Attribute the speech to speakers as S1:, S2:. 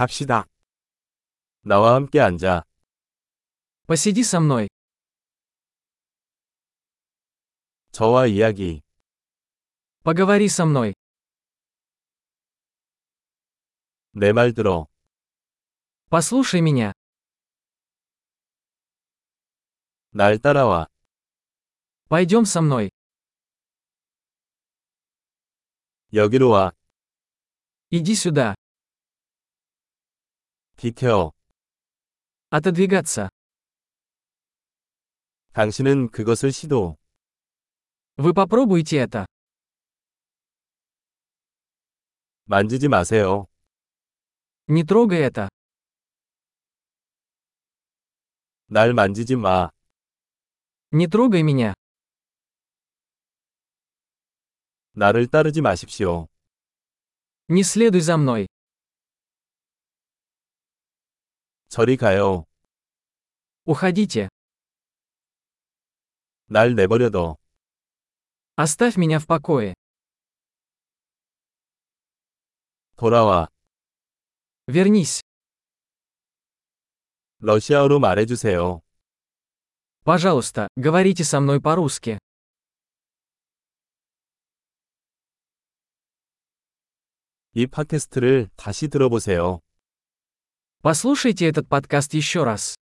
S1: 갑시다. 나와 함께 앉아.
S2: Посиди со мной.
S1: 저와 이야기.
S2: Поговори со мной.
S1: 내 말 들어.
S2: Послушай меня.
S1: 날 따라와.
S2: Пойдем со мной.
S1: 여기로 와.
S2: Иди сюда.
S1: 디테어.
S2: Отодвигаться.
S1: 당신은 그것을 시도.
S2: Вы попробуйте это.
S1: 만지지 마세요.
S2: Не трогай это.
S1: 날 만지지 마.
S2: Не трогай меня.
S1: 나를 따르지 마십시오.
S2: Не следуй за мной.
S1: 저리 가요.
S2: Уходите.
S1: 날 내버려둬.
S2: Оставь меня в покое.
S1: 돌아와.
S2: Вернись.
S1: 러시아어로 말해주세요.
S2: Пожалуйста, говорите со мной по-русски.
S1: 이 팟캐스트를 다시 들어보세요.
S2: Послушайте этот подкаст еще раз.